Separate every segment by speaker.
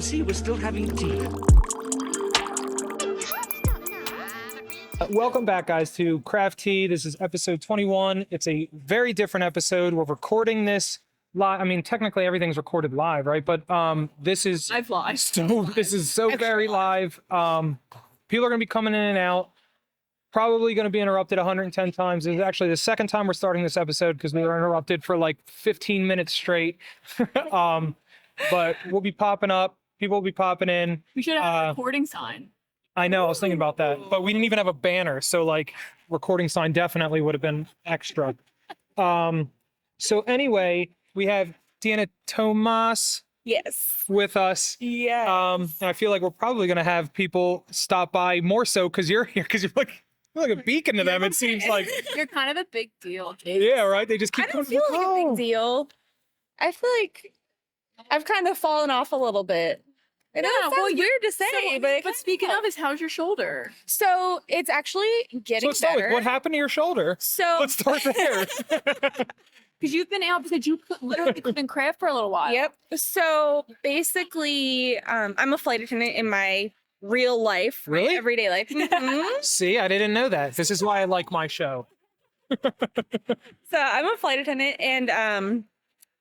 Speaker 1: see we're still having tea.
Speaker 2: Uh, Welcome back, guys, to Craft Tea. This is episode 21. It's a very different episode. We're recording this live. I mean, technically everything's recorded live, right? But um, this is
Speaker 3: I've lied.
Speaker 2: so this is so
Speaker 3: Extra
Speaker 2: very live. Um, people are gonna be coming in and out. Probably gonna be interrupted 110 times. This is actually the second time we're starting this episode because we were interrupted for like 15 minutes straight. um, but we'll be popping up. People will be popping in.
Speaker 3: We should have
Speaker 2: Uh,
Speaker 3: a recording sign.
Speaker 2: I know. I was thinking about that, but we didn't even have a banner, so like recording sign definitely would have been extra. um, so anyway, we have Deanna Tomas
Speaker 4: Yes.
Speaker 2: with us.
Speaker 4: Yeah.
Speaker 2: Um, and I feel like we're probably gonna have people stop by more so because you're here because you're like you're like a beacon to them. It seems like
Speaker 3: You're kind of a big deal. Jake.
Speaker 2: yeah, right? They just
Speaker 4: I
Speaker 2: keep
Speaker 4: don't
Speaker 2: coming.
Speaker 4: feel like a
Speaker 2: Oh.
Speaker 4: big deal. I feel like I've kind of fallen off a little bit. I know
Speaker 3: Yeah,
Speaker 4: it sounds
Speaker 3: well, you're-
Speaker 4: weird to say,
Speaker 3: Someone-
Speaker 4: but it
Speaker 3: but
Speaker 4: kinda
Speaker 3: speaking
Speaker 4: does.
Speaker 3: of, is how's your shoulder?
Speaker 4: so it's actually
Speaker 2: So
Speaker 4: getting
Speaker 2: let's start with
Speaker 4: better. Oh.
Speaker 2: what happened to your shoulder?
Speaker 4: so
Speaker 2: Let's start there.
Speaker 3: Because you've been out because you cou- literally couldn't craft for a little while.
Speaker 4: Yep. So basically, um, I'm a flight attendant in my real life, my
Speaker 2: Really?
Speaker 4: everyday life. Mhm.
Speaker 2: See, I didn't know that. This is why I like my show.
Speaker 4: so I'm a flight attendant, and um,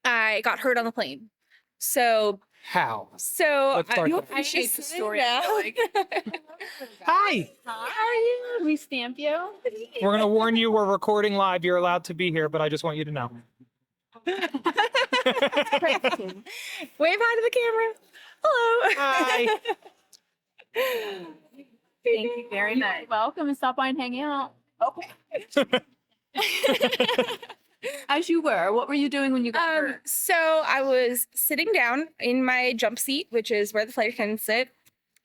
Speaker 4: I got hurt on the plane. So,
Speaker 2: How?
Speaker 4: so
Speaker 2: Let's start
Speaker 4: I,
Speaker 2: there.
Speaker 3: I appreciate the
Speaker 4: I
Speaker 3: story.
Speaker 4: know.
Speaker 2: Hi.
Speaker 3: How are you? We stamp you.
Speaker 2: We're gonna warn you we're recording live. You're allowed to be here, but I just want you to know.
Speaker 4: Wave hi to the camera. Hello.
Speaker 2: Hi.
Speaker 3: Thank you very much. Welcome and stop by and hang out. Okay. As you were, what were you doing when you got
Speaker 4: Um,
Speaker 3: hurt?
Speaker 4: so I was sitting down in my jump seat, which is where the flight attendants sit,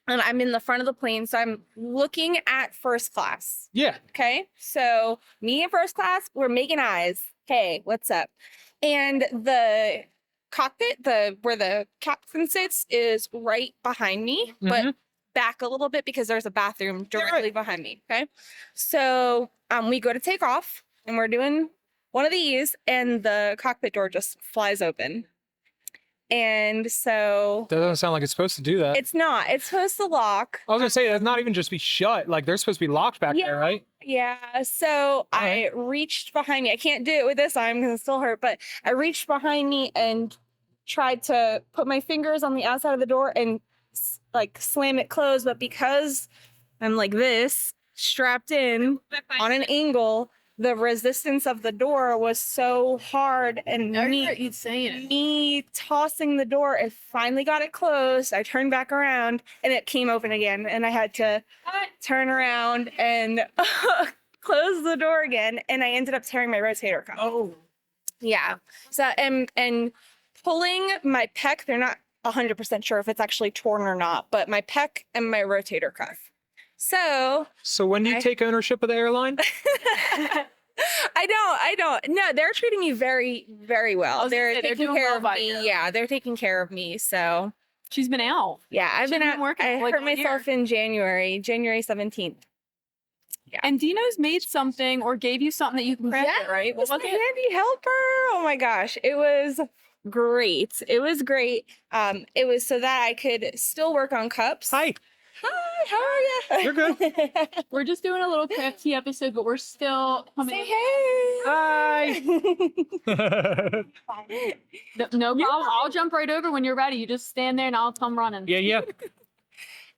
Speaker 4: and I'm in the front of the plane, so I'm looking at first class.
Speaker 2: Yeah.
Speaker 4: Okay, so me and first class, we're making eyes. Hey, what's up? And the cockpit, the where the captain sits, is right behind me, but back a little bit because there's a bathroom
Speaker 2: Mm-hmm. You're right.
Speaker 4: directly behind me. Okay. So um, we go to take off and we're doing one of these, and the cockpit door just flies open. And so
Speaker 2: That doesn't sound like it's supposed to do that.
Speaker 4: it's not, it's supposed to lock.
Speaker 2: I was gonna say that's not even just be shut. Like they're supposed to be locked back
Speaker 4: Yeah.
Speaker 2: there, right?
Speaker 4: Yeah. So I reached behind me. I can't do it with this arm because it's still hurt, but I reached behind me and tried to put my fingers on the outside of the door and s- like slam it closed. But because I'm like this, strapped in on an angle, the resistance of the door was so hard and
Speaker 3: I
Speaker 4: me-
Speaker 3: heard you saying it.
Speaker 4: me tossing the door and finally got it closed. I turned back around and it came open again, and I had to turn around and close the door again. And I ended up tearing my rotator cuff.
Speaker 3: Oh.
Speaker 4: Yeah. So and and pulling my pec, they're not hundred percent sure if it's actually torn or not, but my pec and my rotator cuff. So
Speaker 2: So when do you
Speaker 4: I-
Speaker 2: take ownership of the airline?
Speaker 4: I don't, I don't. No, they're treating me very, very
Speaker 3: I
Speaker 4: well.
Speaker 3: was gonna
Speaker 4: They're
Speaker 3: say, they're
Speaker 4: taking
Speaker 3: doing
Speaker 4: care
Speaker 3: well
Speaker 4: of
Speaker 3: by
Speaker 4: me.
Speaker 3: you.
Speaker 4: Yeah, they're taking care of me. So
Speaker 3: She's been out.
Speaker 4: yeah, I've
Speaker 3: She's
Speaker 4: been,
Speaker 3: been
Speaker 4: out.
Speaker 3: working
Speaker 4: I
Speaker 3: for, like,
Speaker 4: hurt
Speaker 3: a year.
Speaker 4: myself in January, January seventeenth.
Speaker 3: And Dino's made something or gave you something that you can craft it, right? What
Speaker 4: was
Speaker 3: was
Speaker 4: my
Speaker 3: it?
Speaker 4: handy helper. Oh my gosh, it was great. It was great. Um, it was so that I could still work on cups.
Speaker 2: Hi.
Speaker 4: Hi, how are you?
Speaker 2: You're good.
Speaker 3: We're just doing a little crafty episode, but we're still coming.
Speaker 4: Say hey.
Speaker 2: Hi.
Speaker 3: No, no problem. I'll jump right over when you're ready. You just stand there and I'll come running.
Speaker 2: yeah, yeah.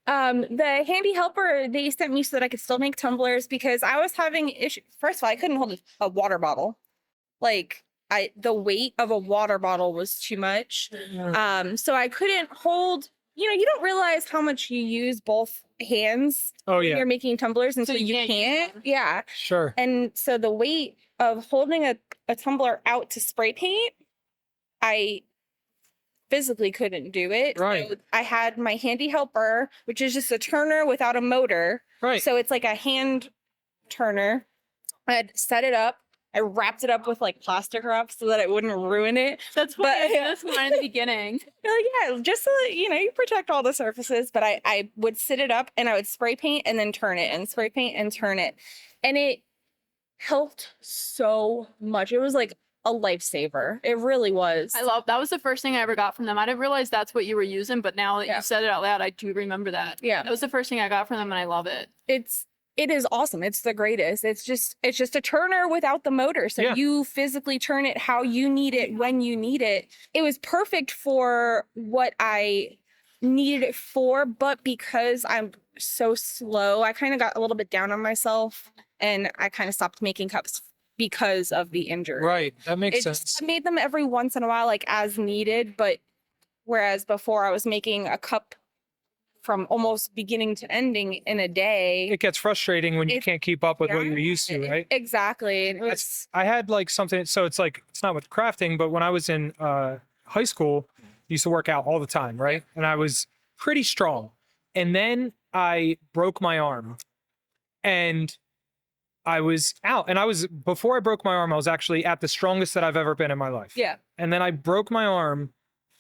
Speaker 4: um, the handy helper they sent me so that I could still make tumblers because I was having issues. First of all, I couldn't hold a, a water bottle. Like I, the weight of a water bottle was too much.
Speaker 3: Mm-hmm.
Speaker 4: Um, so I couldn't hold. You know, you don't realize how much you use both hands
Speaker 2: Oh
Speaker 4: when
Speaker 2: yeah.
Speaker 4: you're making tumblers, and so,
Speaker 3: So you
Speaker 4: you
Speaker 3: can't
Speaker 4: can't.
Speaker 3: use them.
Speaker 4: Yeah,
Speaker 2: Sure.
Speaker 4: and so the weight of holding a, a tumbler out to spray paint, I physically couldn't do it.
Speaker 2: Right.
Speaker 4: So I had my handy helper, which is just a turner without a motor.
Speaker 2: Right.
Speaker 4: So it's like a hand turner. I'd set it up. I wrapped it up with like plastic wrap so that it wouldn't ruin it.
Speaker 3: That's what
Speaker 4: But-
Speaker 3: I that's what I in the beginning.
Speaker 4: You're like, yeah, just so that, you know, you protect all the surfaces. But I, I would sit it up and I would spray paint and then turn it and spray paint and turn it. And it helped so much. It was like a lifesaver. It really was.
Speaker 3: I love that was the first thing I ever got from them. I didn't realize that's what you were using, but now that
Speaker 4: Yeah.
Speaker 3: you said it out loud, I do remember that.
Speaker 4: yeah.
Speaker 3: That was the first thing I got from them, and I love it.
Speaker 4: it's it is awesome. It's the greatest. It's just it's just a turner without the motor. So
Speaker 2: Yeah.
Speaker 4: you physically turn it how you need it when you need it. It was perfect for what I needed it for, but because I'm so slow, I kind of got a little bit down on myself and I kind of stopped making cups because of the injury.
Speaker 2: Right. That makes
Speaker 4: It
Speaker 2: sense.
Speaker 4: just, I made them every once in a while, like as needed. But whereas before I was making a cup from almost beginning to ending in a day.
Speaker 2: It gets frustrating when you
Speaker 4: It-
Speaker 2: can't keep up with what you're
Speaker 4: Yeah,
Speaker 2: used to,
Speaker 4: it-
Speaker 2: right?
Speaker 4: Exactly. and It was,
Speaker 2: I had like something. So it's like it's not with crafting, but when I was in uh, high school, I used to work out all the time, right? And I was pretty strong. And then I broke my arm, and I was out. And I was before I broke my arm, I was actually at the strongest that I've ever been in my life.
Speaker 4: yeah.
Speaker 2: And then I broke my arm,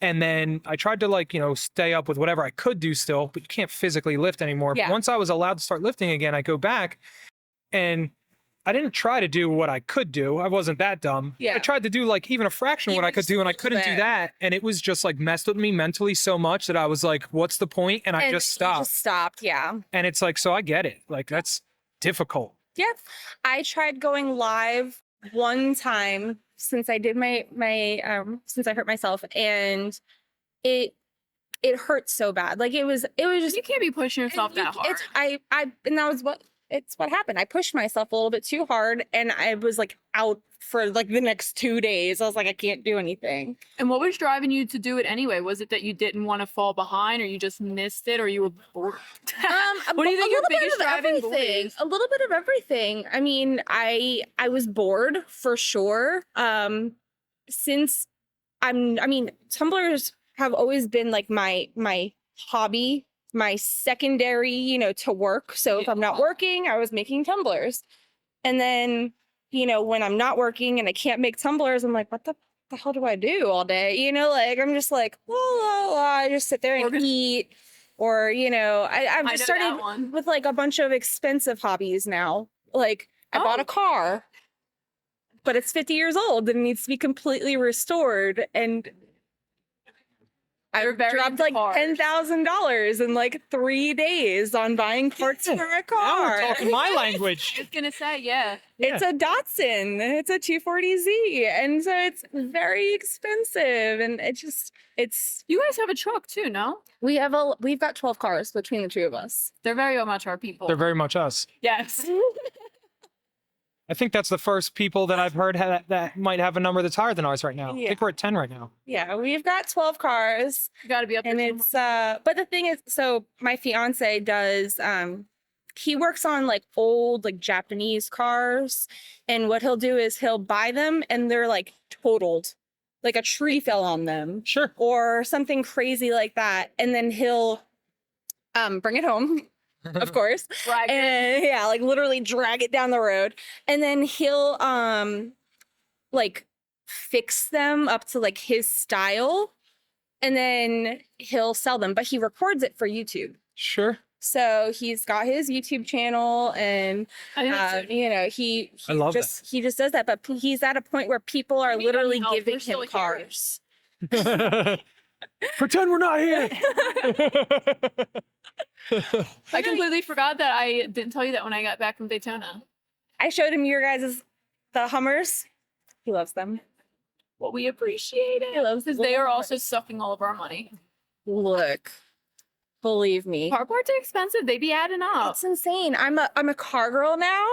Speaker 2: and then I tried to like you know stay up with whatever I could do still, but you can't physically lift anymore. But
Speaker 4: Yeah.
Speaker 2: Once I was allowed to start lifting again, I go back, and I didn't try to do what I could do. I wasn't that dumb. I
Speaker 4: Yeah.
Speaker 2: tried to do like even a fraction of what
Speaker 4: Even
Speaker 2: I could
Speaker 4: just
Speaker 2: do, and I
Speaker 4: a little
Speaker 2: couldn't do
Speaker 4: bit.
Speaker 2: that. And it was just like messed with me mentally so much that I was like, "What's the point?" And I
Speaker 4: And
Speaker 2: just
Speaker 4: then you
Speaker 2: stopped.
Speaker 4: stopped. Yeah.
Speaker 2: And it's like, so I get it. Like that's difficult.
Speaker 4: Yeah. I tried going live one time since I did my my um since I hurt myself and it it hurt so bad. Like it was it was just
Speaker 3: You can't be pushing yourself
Speaker 4: And you-
Speaker 3: that hard.
Speaker 4: It's, I, I, and that was what it's what happened. I pushed myself a little bit too hard, and I was like out for like the next two days. I was like, I can't do anything.
Speaker 3: And what was driving you to do it anyway? Was it that you didn't want to fall behind, or you just missed it, or you were bored?
Speaker 4: Um,
Speaker 3: What do you think your
Speaker 4: little bit
Speaker 3: biggest
Speaker 4: of
Speaker 3: driving goal
Speaker 4: everything.
Speaker 3: is?
Speaker 4: A little bit of everything. I mean, I I was bored for sure. Um, since I'm, I mean, tumblers have always been like my my hobby my secondary, you know, to work. So if I'm not
Speaker 3: Yeah.
Speaker 4: working, I was making tumblers. And then, you know, when I'm not working and I can't make tumblers, I'm like, what the, the hell do I do all day? You know, like I'm just like, la, la, la. I just sit there and
Speaker 3: Organ-
Speaker 4: eat. Or, you know, I, I've
Speaker 3: I know
Speaker 4: just
Speaker 3: that
Speaker 4: started
Speaker 3: one.
Speaker 4: with like a bunch of expensive hobbies now. Like I bought
Speaker 3: Oh.
Speaker 4: a car, but it's 50 years old and needs to be completely restored. And
Speaker 3: They're
Speaker 4: I
Speaker 3: very
Speaker 4: dropped
Speaker 3: into
Speaker 4: like
Speaker 3: cars.
Speaker 4: ten thousand dollars in like three days on buying parts
Speaker 2: Yeah,
Speaker 4: for a
Speaker 2: Now
Speaker 4: car.
Speaker 2: we're talking my
Speaker 3: I
Speaker 2: language.
Speaker 3: was gonna say, yeah.
Speaker 4: It's a Datsun. It's a 240Z, and so it's very expensive. And it just it's
Speaker 3: You guys have a truck too, no?
Speaker 4: we have a we've got 12 cars between the two of us.
Speaker 3: They're very much our people.
Speaker 2: They're very much us.
Speaker 3: yes.
Speaker 2: I think that's the first people that I've heard ha- that might have a number that's higher than ours right now. I
Speaker 4: Yeah.
Speaker 2: think we're at 10 right now.
Speaker 4: Yeah, we've got 12 cars.
Speaker 3: You gotta be up
Speaker 4: and
Speaker 3: there.
Speaker 4: it's uh but the thing is so my fiance does um he works on like old like japanese cars and what he'll do is he'll buy them and they're like totaled like a tree fell on them
Speaker 2: Sure.
Speaker 4: or something crazy like that and then he'll um bring it home of course
Speaker 3: somewhere. right.
Speaker 4: and yeah, like literally drag it down the road. And then he'll um like fix them up to like his style. And then he'll sell them, but he records it for YouTube.
Speaker 2: Sure.
Speaker 4: So he's got his YouTube channel and
Speaker 3: I think that's
Speaker 4: uh,
Speaker 3: it.
Speaker 4: you know, he, he
Speaker 2: I love that.
Speaker 4: just he just does that, but p- he's at a point where people are
Speaker 3: We don't
Speaker 4: literally
Speaker 3: know. We're
Speaker 4: giving
Speaker 3: still
Speaker 4: him
Speaker 3: here.
Speaker 4: cars.
Speaker 2: Pretend we're not here.
Speaker 3: I completely forgot that I didn't tell you that when I got back from Daytona.
Speaker 4: I showed him your guys' the Hummers. He loves them.
Speaker 3: Well, we appreciate it.
Speaker 4: He loves
Speaker 3: Because they are also sucking all of our money.
Speaker 4: look. Believe me.
Speaker 3: Car parts are expensive. They be adding up.
Speaker 4: It's insane. I'm a I'm a car girl now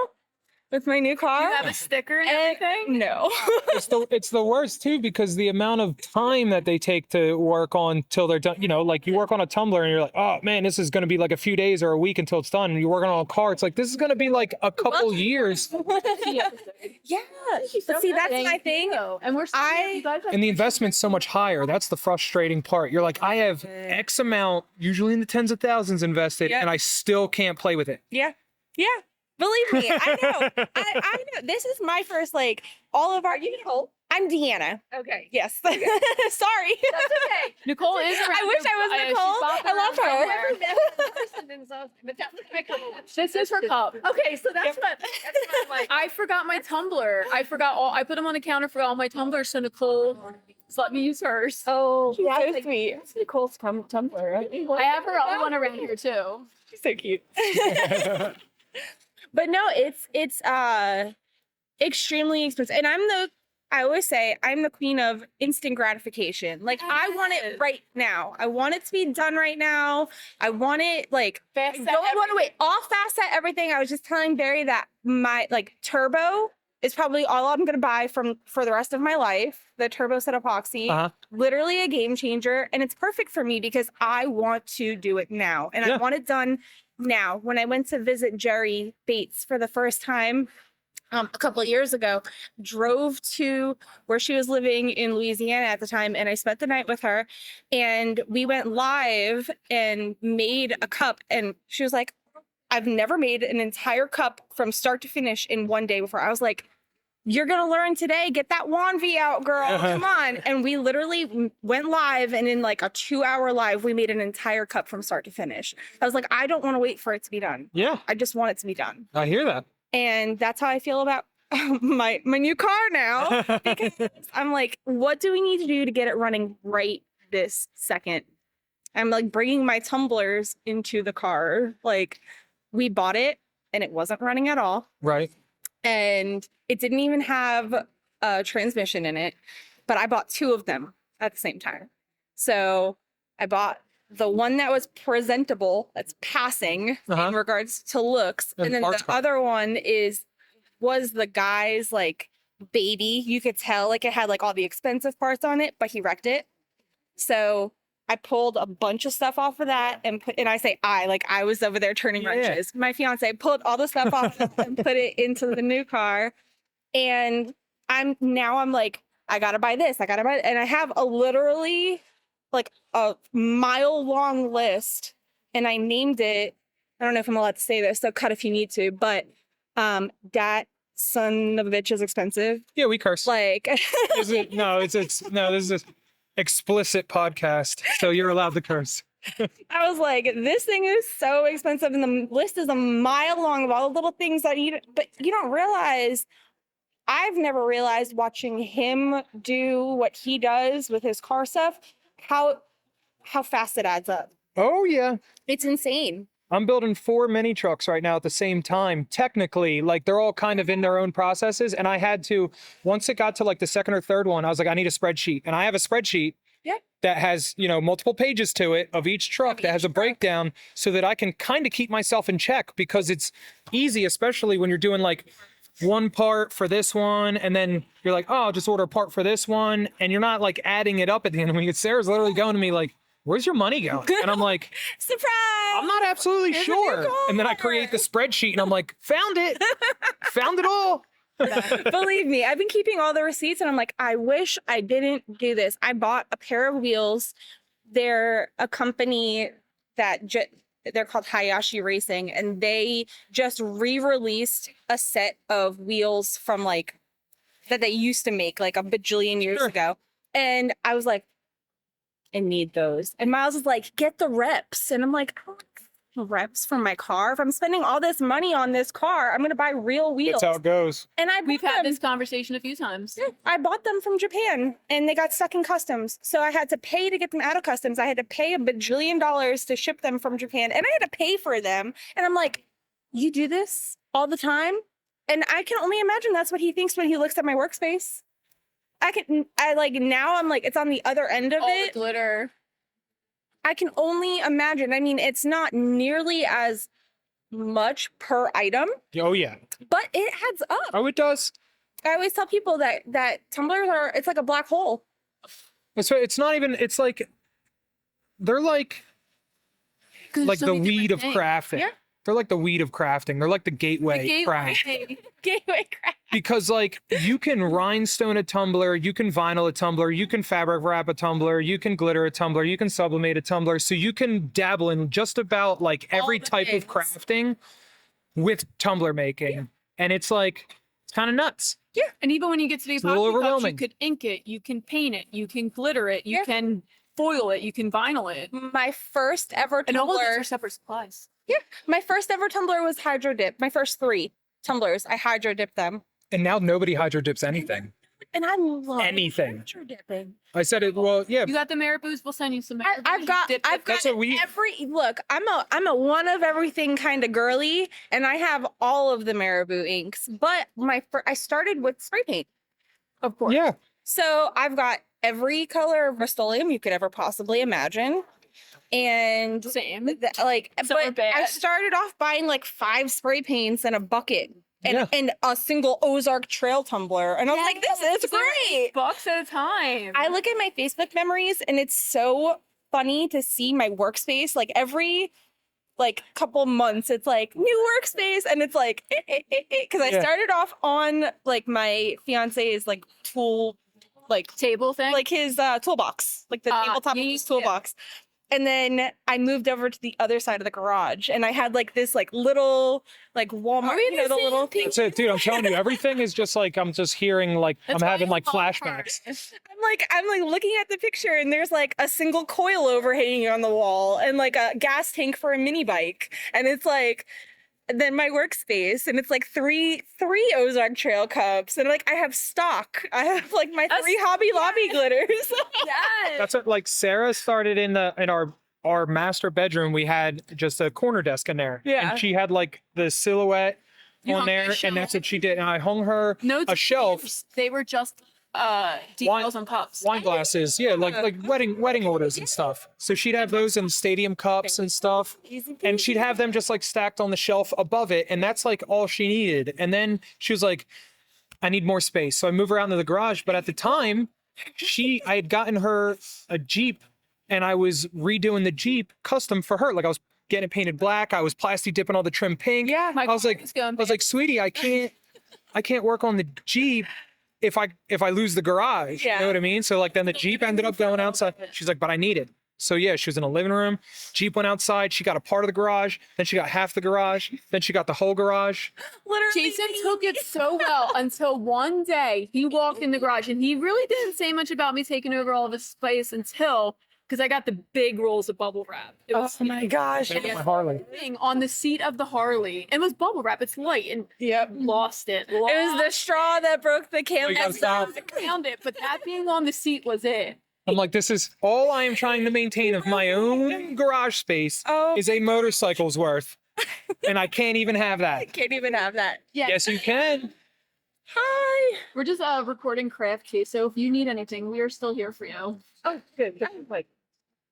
Speaker 4: with my new
Speaker 3: Do
Speaker 4: car.
Speaker 3: you have a sticker and
Speaker 4: And-
Speaker 3: everything?
Speaker 4: no.
Speaker 2: it's, the, it's the worst too because the amount of time that they take to work on till they're done. You know, like you work on a tumbler and you're like, oh man, this is going to be like a few days or a week until it's done. And you work on a car, it's like this is going to be like a couple years.
Speaker 3: Yeah.
Speaker 4: yeah. But see, that's my
Speaker 3: Thank
Speaker 4: thing.
Speaker 3: you. And we're
Speaker 4: I-
Speaker 3: I, you guys have
Speaker 2: And the investment's so much higher. That's the frustrating part. You're like, I have X amount, usually in the tens of thousands invested,
Speaker 4: Yeah.
Speaker 2: and I still can't play with it.
Speaker 4: Yeah. Yeah. Believe me, I know. I, I know. This is my first like all of our you can hold. I'm Deanna.
Speaker 1: Okay.
Speaker 4: Yes. Sorry.
Speaker 1: That's okay.
Speaker 3: Nicole is around.
Speaker 4: I wish I was
Speaker 3: she's bopping
Speaker 4: Nicole. I
Speaker 3: around
Speaker 4: love her.
Speaker 3: somewhere.
Speaker 1: Every person in Zoe- but that was my couple.
Speaker 3: This is her cup.
Speaker 1: Okay, so that's what, that's what I'm like.
Speaker 3: I forgot my tumbler. I forgot all. I put them on the counter. Forgot all my tumblers. So Nicole, just let me use hers.
Speaker 1: Oh,
Speaker 4: She's so sweet.
Speaker 1: Nicole's tum- tumbler, right?
Speaker 3: I have her other one around here too.
Speaker 4: She's so cute. but no, it's it's uh extremely expensive. And I'm the I always say I'm the queen of instant gratification. Like I want it
Speaker 1: Yes.
Speaker 4: right now. I want it to be done right now. I want it like
Speaker 1: Fast
Speaker 4: don't want to wait. All fast at everything. I was just telling Barry that my like turbo is probably all I'm gonna buy from for the rest of my life. The turbo set epoxy,
Speaker 2: Uh-huh.
Speaker 4: literally a game changer, and it's perfect for me because I want to do it now and
Speaker 2: Yeah.
Speaker 4: I want it done now. When I went to visit Jerry Bates for the first time. Um, a couple of years ago, drove to where she was living in Louisiana at the time, and I spent the night with her and we went live and made a cup and she was like i've never made an entire cup from start to finish in one day before i was like you're gonna learn today get that wanvi out girl come on and we literally w- went live and in like a two hour live we made an entire cup from start to finish i was like i don't want to wait for it to be done
Speaker 2: yeah,
Speaker 4: i just want it to be done
Speaker 2: I hear that.
Speaker 4: and that's how i feel about my my new car now Oh, because I'm like, what do we need to do to get it running right this second? I'm like bringing my tumblers into the car. Like, we bought it and it wasn't running at all.
Speaker 2: right.
Speaker 4: And it didn't even have a transmission in it. But I bought two of them at the same time. So I bought the one that was presentable, that's passing
Speaker 2: Uh-huh.
Speaker 4: in regards to looks.
Speaker 2: And
Speaker 4: And, then
Speaker 2: arts
Speaker 4: the
Speaker 2: car.
Speaker 4: other one is was the guy's like baby. You could tell like it had like all the expensive parts on it, but he wrecked it. So I pulled a bunch of stuff off of that and put and I say I like I was over there turning
Speaker 2: Yeah.
Speaker 4: wrenches. My fiance pulled all the stuff off and put it into the new car. And I'm now I'm like, I gotta buy this, I gotta buy and I have a literally like a mile long list and I named it. I don't know if I'm allowed to say this, so cut if you need to, but um that son of a bitch is expensive.
Speaker 2: Yeah, we curse.
Speaker 4: Like
Speaker 2: Is it- no, it's it's no. This is an explicit podcast, so you're allowed to curse.
Speaker 4: I was like, this thing is so expensive, and the list is a mile long of all the little things that you. But you don't realize. I've never realized watching him do what he does with his car stuff, how how fast it adds up.
Speaker 2: Oh yeah.
Speaker 4: It's insane.
Speaker 2: I'm building four mini trucks right now at the same time. Technically, like they're all kind of in their own processes. And I had to, once it got to like the second or third one, I was like, I need a spreadsheet. And I have a spreadsheet
Speaker 4: Yeah.
Speaker 2: that has, you know, multiple pages to it of each truck that has a breakdown so that I can kind of keep myself in check because it's easy, especially when you're doing like one part for this one. And then you're like, oh, I'll just order a part for this one. And you're not like adding it up at the end. When you- Sarah's literally going to me, like, where's your money going? And I'm like,
Speaker 4: Surprise!
Speaker 2: I'm not absolutely
Speaker 4: There's a new
Speaker 2: sure. And then I
Speaker 4: car.
Speaker 2: create the spreadsheet and I'm like, found it. found it all.
Speaker 4: Believe me, I've been keeping all the receipts and I'm like, I wish I didn't do this. I bought a pair of wheels. They're a company that ju- they're called Hayashi Racing and they just re-released a set of wheels from like that they used to make like a bajillion years
Speaker 2: Sure.
Speaker 4: ago. And I was like, I need those. And Miles is like, get the reps. And I'm like, I don't want reps for my car. If I'm spending all this money on this car, I'm gonna buy real wheels.
Speaker 2: goes.
Speaker 4: and I
Speaker 3: We've
Speaker 4: bought
Speaker 3: had
Speaker 4: them.
Speaker 3: this conversation a few times.
Speaker 4: I bought them from Japan and they got stuck in customs. So I had to pay to get them out of customs. I had to pay a bajillion dollars to ship them from Japan and I had to pay for them. And I'm like, you do this all the time? And I can only imagine that's what he thinks when he looks at my workspace. I can, I like now I'm like, it's on the other end of
Speaker 3: All the
Speaker 4: it.
Speaker 3: glitter.
Speaker 4: I can only imagine. I mean, it's not nearly as much per item,
Speaker 2: Oh yeah.
Speaker 4: but it adds up.
Speaker 2: Oh, it does.
Speaker 4: I always tell people that that tumblers are it's like a black hole.
Speaker 2: It's, it's not even, it's like they're like
Speaker 3: 'Cause there's
Speaker 2: like
Speaker 3: so
Speaker 2: the
Speaker 3: many different
Speaker 2: weed of
Speaker 3: things.
Speaker 2: crafting.
Speaker 3: Yeah.
Speaker 2: They're like the weed of crafting. They're like the gateway,
Speaker 3: The gateway.
Speaker 2: craft.
Speaker 4: Gateway crack.
Speaker 2: Because like you can rhinestone a tumbler, you can vinyl a tumbler, you can fabric wrap a tumbler, you can glitter a tumbler, you can sublimate a tumbler. So you can dabble in just about like every
Speaker 4: the
Speaker 2: type
Speaker 4: things.
Speaker 2: of crafting with tumbler making. And it's like it's kind of nuts.
Speaker 4: Yeah.
Speaker 3: And even when you get to the
Speaker 2: It's a little
Speaker 3: epoxy cups, you
Speaker 2: overwhelming.
Speaker 3: could ink it, you can paint it, you can glitter it, you
Speaker 4: Yeah.
Speaker 3: can foil it, you can vinyl it.
Speaker 4: My first ever
Speaker 3: And all of those
Speaker 4: tumbler.
Speaker 3: are separate supplies.
Speaker 4: My first ever tumbler was hydro dip. My first three tumblers, I hydro dipped them,
Speaker 2: And now nobody hydro dips anything.
Speaker 4: and I love
Speaker 2: Anything.
Speaker 4: hydro dipping.
Speaker 2: I said it. Well, yeah.
Speaker 3: You got the Marabous, we'll send you some
Speaker 4: I,
Speaker 3: Marabous.
Speaker 4: I've got
Speaker 3: Dip
Speaker 4: I've
Speaker 2: That's
Speaker 4: got
Speaker 2: what we-
Speaker 4: every look. I'm a I'm a one of everything kind of girly, and I have all of the Marabou inks. But my fir- I started with spray paint, of course.
Speaker 2: Yeah.
Speaker 4: So I've got every color of Rust-Oleum you could ever possibly imagine, and
Speaker 3: Sam.
Speaker 4: th- like
Speaker 3: Some are
Speaker 4: but I
Speaker 3: bad.
Speaker 4: started off buying like five spray paints and a bucket and,
Speaker 2: Yeah.
Speaker 4: and a single Ozark Trail tumbler, and I'm like, this is
Speaker 3: They were
Speaker 4: great.
Speaker 3: eight Bucks at a time.
Speaker 4: I look at my Facebook memories and it's so funny to see my workspace. Like every like couple months, it's like new workspace, and it's like "Eh, because I
Speaker 2: Yeah.
Speaker 4: started off on like my fiance's like tool, like
Speaker 3: table thing.
Speaker 4: like his uh, toolbox, like the
Speaker 3: Uh,
Speaker 4: tabletop
Speaker 3: yeah,
Speaker 4: his
Speaker 3: yeah, yeah.
Speaker 4: toolbox. And then I moved over to the other side of the garage, and I had like this like little like Walmart,
Speaker 3: we
Speaker 4: you
Speaker 3: the
Speaker 4: know, the
Speaker 3: same
Speaker 4: little thing.
Speaker 2: That's it, dude. I'm telling you, everything is just like I'm just hearing like
Speaker 3: That's
Speaker 2: I'm
Speaker 3: why
Speaker 2: having
Speaker 3: I
Speaker 2: like
Speaker 3: love her.
Speaker 2: flashbacks.
Speaker 4: I'm like, I'm like looking at the picture, and there's like a single coil over hanging on the wall, and like a gas tank for a mini bike, and it's like, and then my workspace, and it's like three three Ozark Trail cups, and like I have stock, I have like my
Speaker 3: Us-
Speaker 4: three Hobby Lobby glitters.
Speaker 3: Yes.
Speaker 2: That's it. Like Sarah started in the in our our master bedroom. We had just a corner desk in there.
Speaker 4: Yeah.
Speaker 2: And she had like the silhouette
Speaker 3: You
Speaker 2: on
Speaker 3: hung a
Speaker 2: there, and that's
Speaker 3: shelf.
Speaker 2: what she did. And I hung her
Speaker 3: no
Speaker 2: a shelf,
Speaker 3: tapes. They were just uh decals and puffs.
Speaker 2: wine glasses. Yeah, like like wedding wedding orders and stuff. So she'd have those in stadium cups and stuff. and she'd have them just like stacked on the shelf above it and that's like all she needed and then she was like i need more space so i move her out into the garage but at the time she i had gotten her a jeep and i was redoing the jeep custom for her like i was getting it painted black i was plasti dipping all the trim pink
Speaker 4: Yeah.
Speaker 3: My
Speaker 2: i was like
Speaker 3: car's going
Speaker 2: i was like sweetie i can't i can't work on the jeep if i if i lose the garage you
Speaker 4: Yeah.
Speaker 2: know what i mean so like then the jeep ended up going outside she's like but i need it so yeah, she was in a living room. Jeep went outside. She got a part of the garage. Then she got half the garage. Then she got the whole garage.
Speaker 4: Literally,
Speaker 3: Jason took it so well until one day he walked in the garage and he really didn't say much about me taking over all of his space until because I got the big rolls of bubble wrap. It
Speaker 4: Oh
Speaker 3: was
Speaker 4: my gosh.
Speaker 2: Picked up my Harley.
Speaker 3: thing on the seat of the Harley. It was bubble wrap. It's light and
Speaker 4: Yep.
Speaker 3: lost it.
Speaker 4: It was the straw that broke the
Speaker 2: We
Speaker 4: camel.
Speaker 2: gotta stop.
Speaker 3: found it, but that being on the seat was it.
Speaker 2: I'm like, this is all I am trying to maintain of my own garage space
Speaker 4: Oh,
Speaker 2: is a motorcycle's worth, and I can't even have
Speaker 4: I
Speaker 2: that.
Speaker 4: can't even have that.
Speaker 3: Yeah,
Speaker 2: Yes, you can.
Speaker 4: Hi.
Speaker 3: we're just uh, recording craft too, so if you need anything, we are still here for you.
Speaker 1: Oh, good. I'm like,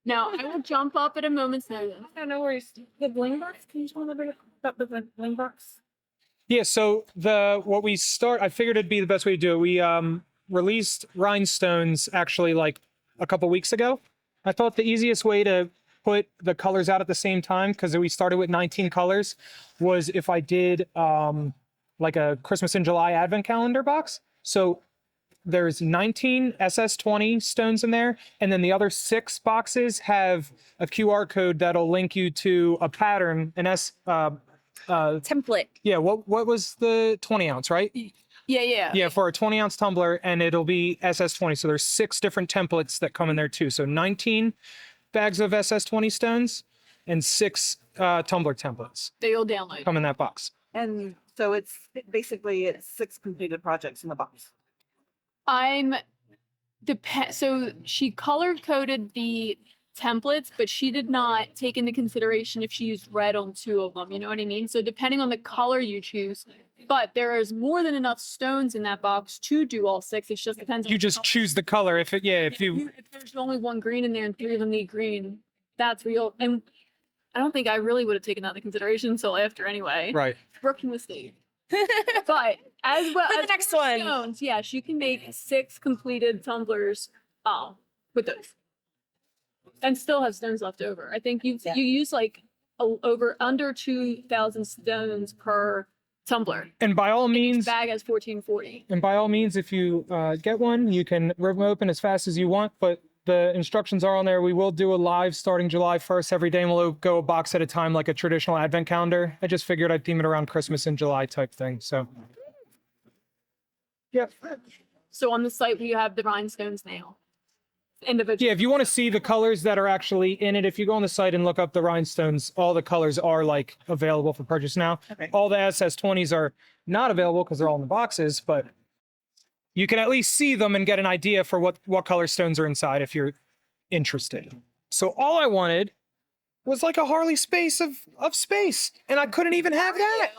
Speaker 3: Now I will jump up at a moment's notice.
Speaker 1: I don't know where he's. The bling box? Can you tell me a bit about the bling- bling box?
Speaker 2: Yeah. So the what we start, I figured it'd be the best way to do it. We um released Rhinestones actually like a couple weeks ago. I thought the easiest way to put the colors out at the same time because we started with 19 colors was if I did um like a Christmas in July advent calendar box. So there's 19 SS20 stones in there, and then the other six boxes have a QR code that'll link you to a pattern, an S uh, uh,
Speaker 4: Template.
Speaker 2: yeah, what what was the 20 ounce, right?
Speaker 3: Yeah, yeah.
Speaker 2: Yeah, for a 20 ounce tumbler, and it'll be SS20. So there's six different templates that come in there too. So 19 bags of SS20 stones and six uh, tumbler templates
Speaker 3: That you'll download.
Speaker 2: come in that box.
Speaker 5: And so it's basically it's six completed projects in the box.
Speaker 3: I'm depend. So she color coded the templates, but she did not take into consideration if she used red on two of them. You know what I mean? So depending on the color you choose, but there is more than enough stones in that box to do all six. It just depends. on
Speaker 2: You
Speaker 3: the
Speaker 2: just
Speaker 3: color.
Speaker 2: choose the color. If it, yeah, if you
Speaker 3: if there's only one green in there and three of them need green, that's real. And I don't think I really would have taken that into consideration until after anyway.
Speaker 2: right.
Speaker 3: Working with Steve. But as well
Speaker 4: For the
Speaker 3: as
Speaker 4: next
Speaker 3: her
Speaker 4: one.
Speaker 3: Stones, yes, you can make six completed tumblers um, with those, and still have stones left over. I think you
Speaker 5: Yeah.
Speaker 3: you use like a, over under two thousand stones per tumbler.
Speaker 2: And by all means,
Speaker 3: Bag has fourteen forty.
Speaker 2: and by all means, if you uh, get one, you can rip them open as fast as you want. But the instructions are on there. We will do a live starting July 1st every day, and we'll o- go a box at a time, like a traditional advent calendar. I just figured I'd theme it around Christmas and July type thing. So Yep.
Speaker 3: So on the site, we have the rhinestones now. Individual.
Speaker 2: Yeah, if you want to see the colors that are actually in it, if you go on the site and look up the rhinestones, all the colors are like available for purchase now.
Speaker 5: Okay.
Speaker 2: All the SS20s are not available because they're all in the boxes, but you can at least see them and get an idea for what what color stones are inside if you're interested. So all I wanted was like a Harley space of of space, and I couldn't even have that.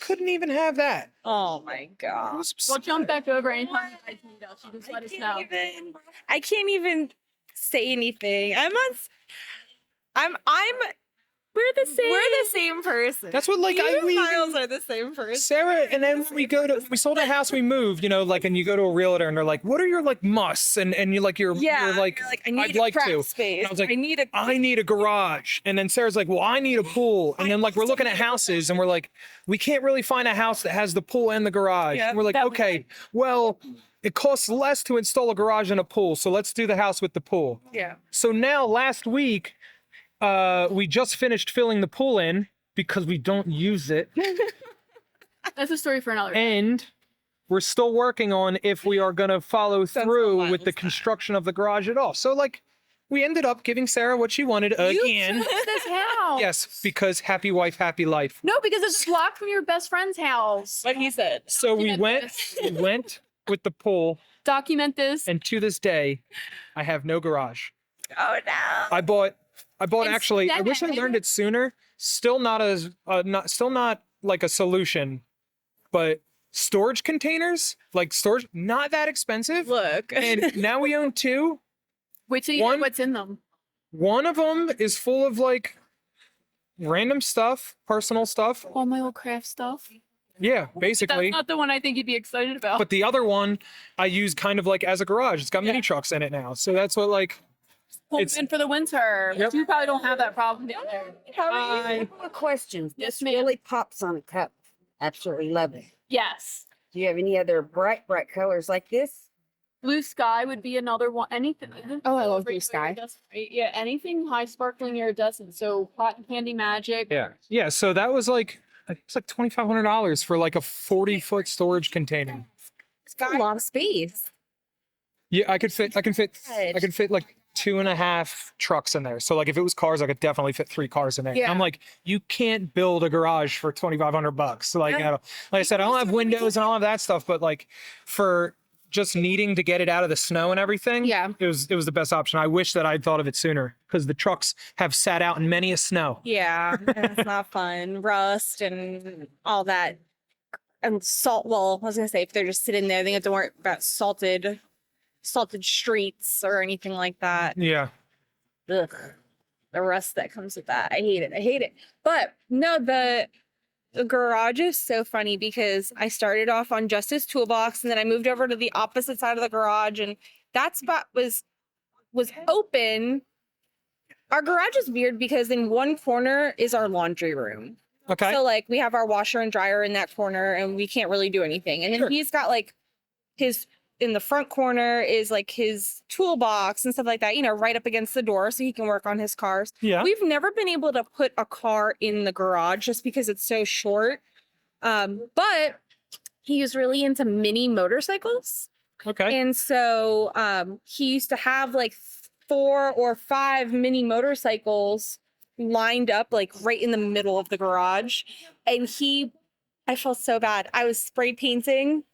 Speaker 2: Couldn't even have that.
Speaker 4: Oh my
Speaker 2: It
Speaker 4: gosh.
Speaker 2: was
Speaker 3: We'll jump back over anytime you guys need us. You just
Speaker 4: I
Speaker 3: let us
Speaker 4: can't
Speaker 3: know.
Speaker 4: even. I can't even say anything. I'm on. s- I'm. I'm. We're the same. We're the same person.
Speaker 2: That's what like
Speaker 4: you
Speaker 2: I we
Speaker 4: Miles are the same person.
Speaker 2: Sarah, and then when we go to we sold a house, we moved, you know, like, and you go to a realtor and they're like, "What are your like musts?" And and you like you're
Speaker 4: yeah.
Speaker 2: you're like,
Speaker 4: you're I need
Speaker 2: "I'd
Speaker 4: a
Speaker 2: like
Speaker 4: craft
Speaker 2: to."
Speaker 4: space.
Speaker 2: And I was like,
Speaker 4: I need a.
Speaker 2: I need a garage, and then Sarah's like, "Well, I need a pool," and then like we're looking at houses and we're like, we can't really find a house that has the pool and the garage.
Speaker 4: Yeah.
Speaker 2: And we're like,
Speaker 3: That we
Speaker 2: okay, well, it costs less to install a garage and a pool, so let's do the house with the pool.
Speaker 4: yeah.
Speaker 2: So now last week, uh, we just finished filling the pool in because we don't use it
Speaker 3: That's a story for another.
Speaker 2: and we're still working on if we are going to follow
Speaker 4: how
Speaker 2: through
Speaker 4: wild
Speaker 2: with the
Speaker 4: that.
Speaker 2: construction of the garage at all. So like we ended up giving Sarah what she wanted again.
Speaker 3: this house.
Speaker 2: Yes, because happy wife, happy life.
Speaker 3: No, because it's a block from your best friend's house.
Speaker 4: What he said.
Speaker 2: So we
Speaker 3: Document
Speaker 2: went
Speaker 3: this.
Speaker 2: we went with the pool
Speaker 3: Document this.
Speaker 2: and to this day I have no garage.
Speaker 4: Oh no.
Speaker 2: I bought I bought
Speaker 3: And
Speaker 2: actually I wish I
Speaker 3: seven.
Speaker 2: learned it sooner. Still not as uh, not still not like a solution, but storage containers, like storage not that expensive.
Speaker 4: Look.
Speaker 2: And now we own two.
Speaker 3: Wait till you
Speaker 2: One-
Speaker 3: know what's in them.
Speaker 2: One of them is full of like random stuff, personal stuff.
Speaker 3: All my old craft stuff.
Speaker 2: Yeah,
Speaker 3: That's
Speaker 2: basically.
Speaker 3: not the one I think you'd be excited about.
Speaker 2: But the other one I use kind of like as a garage. It's got mini trucks in it now. So that's what like
Speaker 3: Home
Speaker 2: it's-
Speaker 3: in for the winter.
Speaker 2: Yep.
Speaker 3: You probably don't have that problem down there. Uh,
Speaker 4: How are
Speaker 5: I have more questions.
Speaker 3: Yes,
Speaker 5: This
Speaker 3: ma'am.
Speaker 5: really pops on a cup. Absolutely love it.
Speaker 3: Yes.
Speaker 5: Do you have any other bright, bright colors like this?
Speaker 3: Blue sky would be another one. Anything.
Speaker 6: Oh, I love blue
Speaker 3: Right,
Speaker 6: sky.
Speaker 3: iridescent, right? Yeah, anything high sparkling iridescent. So cotton candy magic.
Speaker 2: yeah. Yeah, so that was like I think it's like twenty five hundred dollars for like a forty foot storage container.
Speaker 6: It's got a lot of space.
Speaker 2: Yeah, I could fit I can fit I
Speaker 6: Good.
Speaker 2: could fit like two and a half trucks in there. So like if it was cars, I could definitely fit three cars in there. And I'm
Speaker 6: Yeah.
Speaker 2: like, you can't build a garage for twenty five hundred bucks. So, Like I don't, like I said, I don't have windows and all of that stuff, but like for just needing to get it out of the snow and everything.
Speaker 6: Yeah.
Speaker 2: It was it was the best option. I wish that I'd thought of it sooner because the trucks have sat out in many a snow.
Speaker 4: Yeah, and it's not fun. Rust and all that. And salt. Well, I was gonna say if they're just sitting there, they have to worry about salted, salted streets or anything like that.
Speaker 2: Yeah.
Speaker 4: Ugh, the rust that comes with that. I hate it. I hate it. But no, the the garage is so funny because I started off on Justice Toolbox and then I moved over to the opposite side of the garage and that spot was was open. Our garage is weird because in one corner is our laundry room.
Speaker 2: Okay.
Speaker 4: So like we have our washer and dryer in that corner and we can't really do anything. And then
Speaker 2: Sure.
Speaker 4: he's got like his in the front corner is like his toolbox and stuff like that, you know, right up against the door so he can work on his cars.
Speaker 2: yeah.
Speaker 4: We've never been able to put a car in the garage just because it's so short. Um, but he was really into mini motorcycles.
Speaker 2: Okay.
Speaker 4: And so um, he used to have like four or five mini motorcycles lined up, like right in the middle of the garage. And he, I felt so bad. I was spray painting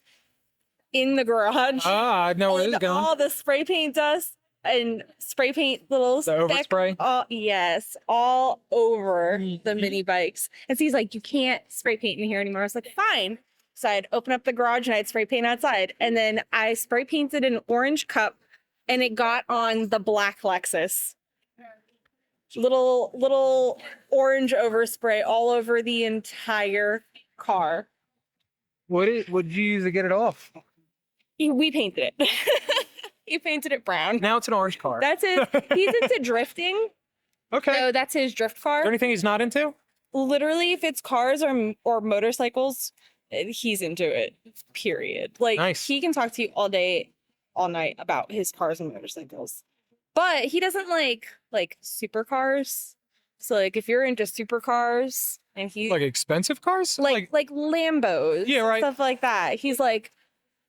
Speaker 4: in the garage.
Speaker 2: Ah, I know where
Speaker 4: and
Speaker 2: this is going.
Speaker 4: All the spray paint dust and spray paint little
Speaker 2: The
Speaker 4: speck-
Speaker 2: overspray.
Speaker 4: Oh yes, all over the
Speaker 2: Mhm.
Speaker 4: mini bikes. And so he's like, "You can't spray paint in here anymore." I was like, "Fine." So I'd open up the garage and I'd spray paint outside, and then I spray painted an orange cup, and it got on the black Lexus. Little little orange overspray all over the entire car.
Speaker 2: What did what did you use to get it off?
Speaker 4: He- We painted it. he painted it brown.
Speaker 2: Now it's an orange car.
Speaker 4: That's it. He's into drifting,
Speaker 2: okay. Is
Speaker 4: so that's his drift car.
Speaker 2: there anything he's not into?
Speaker 4: literally if it's cars or m- or motorcycles eh, he's into it period like
Speaker 2: Nice.
Speaker 4: he can talk to you all day all night about his cars and motorcycles but he doesn't like like supercars so like if you're into supercars and he
Speaker 2: Like expensive cars?
Speaker 4: like like, lambos
Speaker 2: Yeah, right.
Speaker 4: stuff like that he's like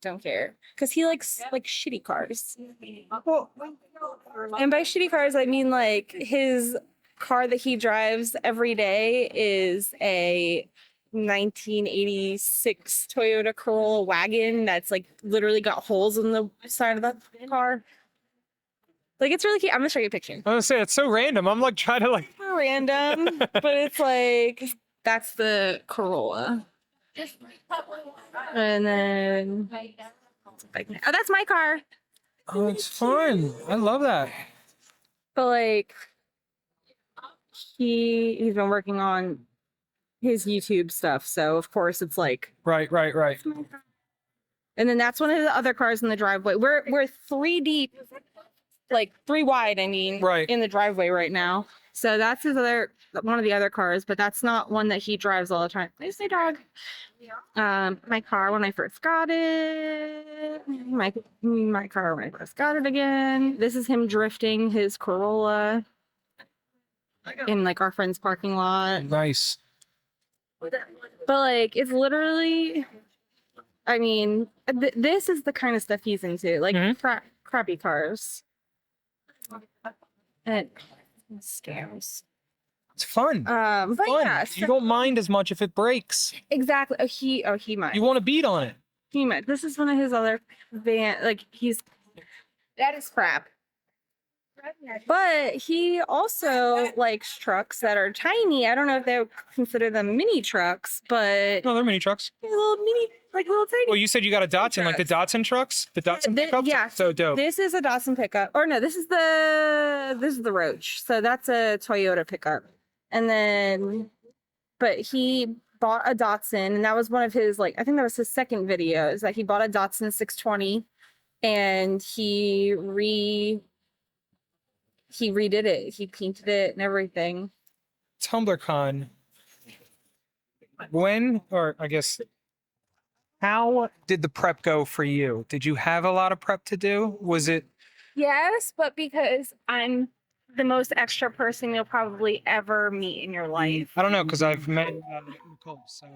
Speaker 4: don't care because he likes like shitty cars.
Speaker 5: Well,
Speaker 4: And by shitty cars, I mean like his car that he drives every day is a 1986 Toyota Corolla wagon that's like literally got holes in the side of the car. Like it's really cute. I'm gonna show you a picture.
Speaker 2: I'm gonna say it's so random. I'm like trying to like
Speaker 4: Random, but it's like that's the Corolla. And then like, oh, that's my car.
Speaker 2: Oh, it's fun. I love that.
Speaker 4: But like he he's been working on his YouTube stuff, so of course it's like
Speaker 2: Right, right, right.
Speaker 4: and then that's one of the other cars in the driveway. We're we're three deep, like three wide, I mean,
Speaker 2: Right.
Speaker 4: in the driveway right now. So that's his other one of the other cars, but that's not one that he drives all the time. There's my dog. Um, my car when I first got it. My my car when I first got it again. This is him drifting his Corolla in like our friend's parking lot.
Speaker 2: Nice.
Speaker 4: But like, it's literally, I mean, th- this is the kind of stuff he's into, like
Speaker 2: Mhm.
Speaker 4: cra- crappy cars. And scams.
Speaker 2: It's fun.
Speaker 4: Um, but
Speaker 2: fun.
Speaker 4: yeah,
Speaker 2: you
Speaker 4: so-
Speaker 2: don't mind as much if it breaks.
Speaker 4: exactly. Oh, he, oh, he might.
Speaker 2: You want to beat on it.
Speaker 4: he might. This is one of his other van. Like he's,
Speaker 6: That is crap.
Speaker 4: but he also likes trucks that are tiny. I don't know if they would consider them mini trucks, but
Speaker 2: No, they're mini trucks.
Speaker 4: little mini, like little tiny.
Speaker 2: Well, you said you got a Datsun, like the Datsun trucks, the Datsun
Speaker 4: the-
Speaker 2: pickups.
Speaker 4: yeah,
Speaker 2: So dope.
Speaker 4: This is a Dawson pickup. Or no, this is the this is the Roach. So that's a Toyota pickup. And then but he bought a Datsun and that was one of his like I think that was his second video is that he bought a Datsun 620 and he re he redid it. He painted it and everything.
Speaker 2: TumblrCon. When, or I guess, how did the prep go for you? Did you have a lot of prep to do? Was it
Speaker 4: Yes, but because I'm the most extra person you'll probably ever meet in your life.
Speaker 2: I don't know because I've met uh, Nicole. So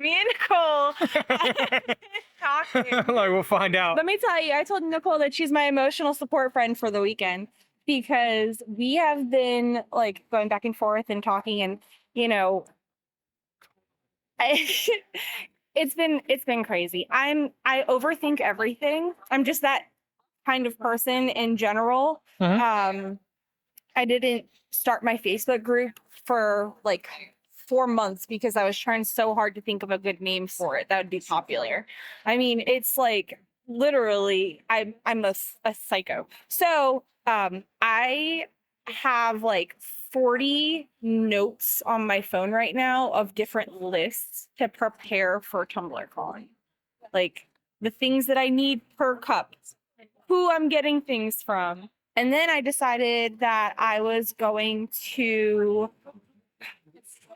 Speaker 4: Me and Nicole talking.
Speaker 2: like we'll find out.
Speaker 4: Let me tell you, I told Nicole that she's my emotional support friend for the weekend because we have been like going back and forth and talking and you know I, it's been it's been crazy. I'm I overthink everything. I'm just that kind of person in general.
Speaker 2: Mhm.
Speaker 4: Um I didn't start my Facebook group for like 4 months because I was trying so hard to think of a good name for it that would be popular. I mean, it's like literally I'm I'm a, s- a psycho. So, um I have like 40 notes on my phone right now of different lists to prepare for Tumblr calling. Like the things that I need per cup, who I'm getting things from. And then I decided that I was going to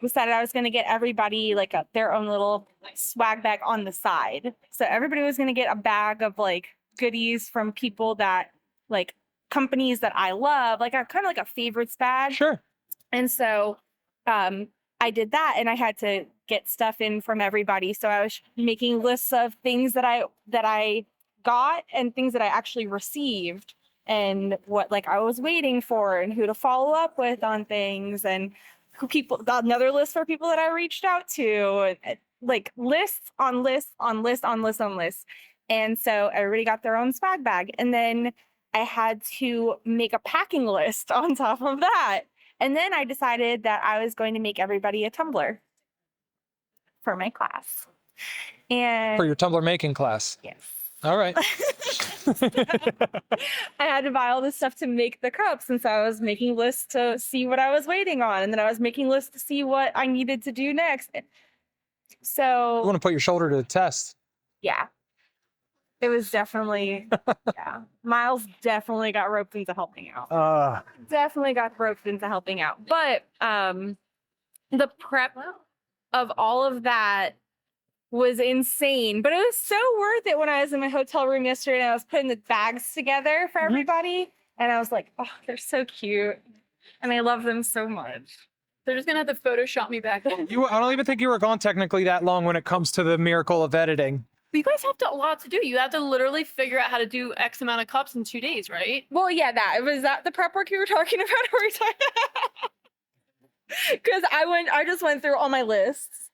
Speaker 4: decided I was going to get everybody like a, their own little swag bag on the side. So everybody was going to get a bag of like goodies from people that like companies that I love, like a kind of like a favorites bag.
Speaker 2: Sure.
Speaker 4: And so um, I did that and I had to get stuff in from everybody. So I was making lists of things that I that I got and things that I actually received and what like I was waiting for and who to follow up with on things and who people another list for people that I reached out to and, uh, like lists on lists on lists on lists on lists. And so everybody got their own swag bag. And then I had to make a packing list on top of that. And then I decided that I was going to make everybody a Tumblr for my class.
Speaker 2: For
Speaker 4: And
Speaker 2: your Tumblr making class.
Speaker 4: yes.
Speaker 2: All right.
Speaker 4: I had to buy all this stuff to make the cups. And so I was making lists to see what I was waiting on. And then I was making lists to see what I needed to do next.
Speaker 2: You
Speaker 4: So,
Speaker 2: want to put your shoulder to the test.
Speaker 4: yeah, it was definitely, yeah. Miles definitely got roped into helping out.
Speaker 2: Uh,
Speaker 4: definitely got roped into helping out. But um the prep of all of that was insane. But it was so worth it when I was in my hotel room yesterday and I was putting the bags together for everybody. And I was like, oh, they're so cute. And I love them so much.
Speaker 3: They're just gonna have to Photoshop me back.
Speaker 2: you, I don't even think you were gone technically that long when it comes to the miracle of editing.
Speaker 3: you guys have to, a lot to do. You have to literally figure out how to do X amount of cups in two days, right?
Speaker 4: Well, yeah, that was that the prep work you were talking about every time. Because I went, I just went through all my lists.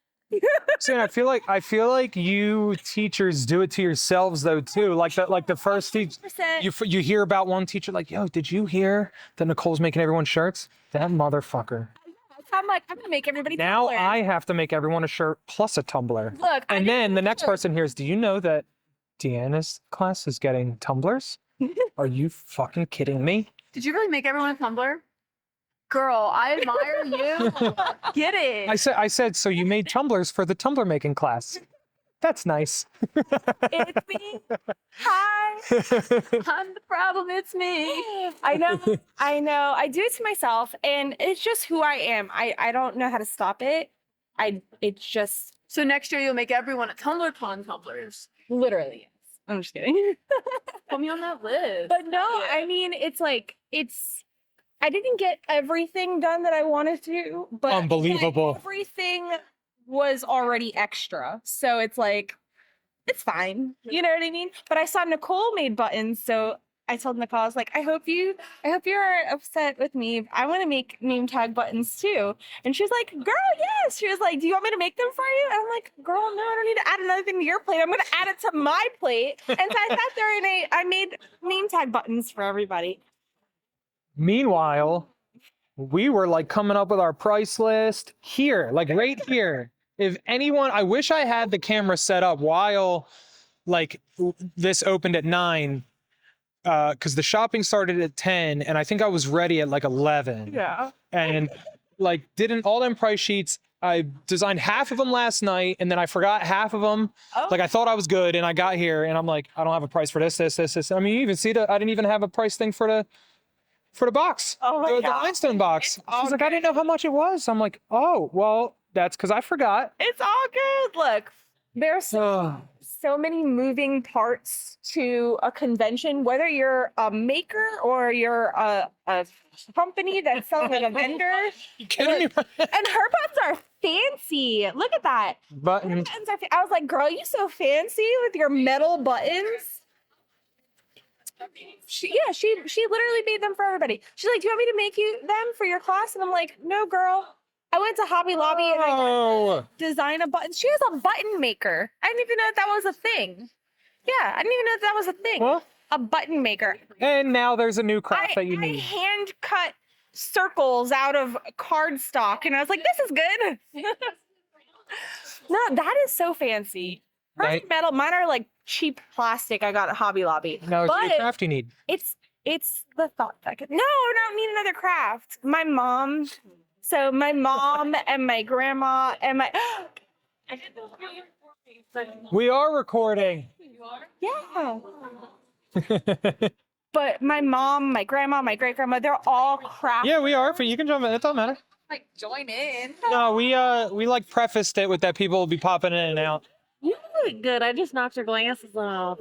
Speaker 2: Sam, I feel like I feel like you teachers do it to yourselves though too. Like that, like the first teach,
Speaker 4: Percent.
Speaker 2: you f- you hear about one teacher like, yo, did you hear that Nicole's making everyone shirts? That motherfucker.
Speaker 4: I'm like, I'm gonna make everybody.
Speaker 2: Now
Speaker 4: taller.
Speaker 2: I have to make everyone a shirt plus a tumbler.
Speaker 4: look, I
Speaker 2: And
Speaker 4: didn't
Speaker 2: then the next
Speaker 4: know.
Speaker 2: person hears, do you know that Deanna's class is getting tumblers? Are you fucking kidding me?
Speaker 3: Did you really make everyone a Tumblr? Girl, I admire you. Get it.
Speaker 2: I said I said, so you made tumblers for the tumbler making class. That's nice.
Speaker 4: It's me. Hi.
Speaker 3: I'm the problem. It's me.
Speaker 4: I know. I know. I do it to myself, and it's just who I am. I I don't know how to stop it. I it's just
Speaker 3: So next year you'll make everyone a Tumblr con tumblers.
Speaker 4: literally. I'm just kidding.
Speaker 3: Put me on that list.
Speaker 4: But no, I mean it's like it's. I didn't get everything done that I wanted to, but like,
Speaker 2: Unbelievable.
Speaker 4: everything was already extra, so it's like it's fine. You know what I mean? But I saw Nicole made buttons, so I told Nicole, I was like, I hope you, I hope you're upset with me. I want to make name tag buttons too. And she was like, Girl, yes. She was like, Do you want me to make them for you? And I'm like, Girl, no, I don't need to add another thing to your plate. I'm gonna add it to my plate. And so I sat there and I, I made name tag buttons for everybody.
Speaker 2: Meanwhile, we were like coming up with our price list here, like right here. If anyone, I wish I had the camera set up while like w- this opened at nine, because the shopping started at 10, and I think I was ready at like 11.
Speaker 5: Yeah.
Speaker 2: And like, didn't all them price sheets. I designed half of them last night and then I forgot half of them.
Speaker 4: Oh.
Speaker 2: Like I thought I was good and I got here and I'm like, I don't have a price for this, this, this, this. I mean, you even see the I didn't even have a price thing for the for the box.
Speaker 5: Oh my
Speaker 2: the, the
Speaker 5: God.
Speaker 2: Einstein box. I was like, I didn't know how much it was. I'm like, oh, well, that's because I forgot.
Speaker 4: It's all good. Look, there's
Speaker 2: So
Speaker 4: so many moving parts to a convention, whether you're a maker or you're a, a company that's selling like a vendor.
Speaker 2: you kidding me?
Speaker 4: And her buttons are fancy. Look at that. Her
Speaker 2: Button.
Speaker 4: buttons are fa- I was like, girl, you so fancy with your metal buttons. She, yeah, she she literally made them for everybody. She's like, do you want me to make you them for your class? And I'm like, no, girl. I went to Hobby Lobby and I got
Speaker 2: Oh,
Speaker 4: design a button. She was a button maker. I didn't even know that, that was a thing. Yeah, I didn't even know that, that was a thing.
Speaker 2: well,
Speaker 4: A button maker.
Speaker 2: and now there's a new
Speaker 4: I,
Speaker 2: craft that you
Speaker 4: I
Speaker 2: need.
Speaker 4: hand cut circles out of cardstock, and I was like, "This is good." no, that is so fancy. Hers
Speaker 2: Right.
Speaker 4: are metal. Mine are like cheap plastic. I got at Hobby Lobby.
Speaker 2: Now there's a new
Speaker 4: but-
Speaker 2: craft you need.
Speaker 4: It's it's the thought that could. No, I don't need another craft. My mom. So my mom and my grandma and my
Speaker 2: We are recording.
Speaker 4: yeah. But my mom, my grandma, my great grandma, they're all craft.
Speaker 2: yeah, we are. But you can jump in. It don't matter.
Speaker 6: Ah. Like, join in.
Speaker 2: No, we uh we like prefaced it with that people will be popping in and out.
Speaker 5: You look good. I just knocked your glasses off.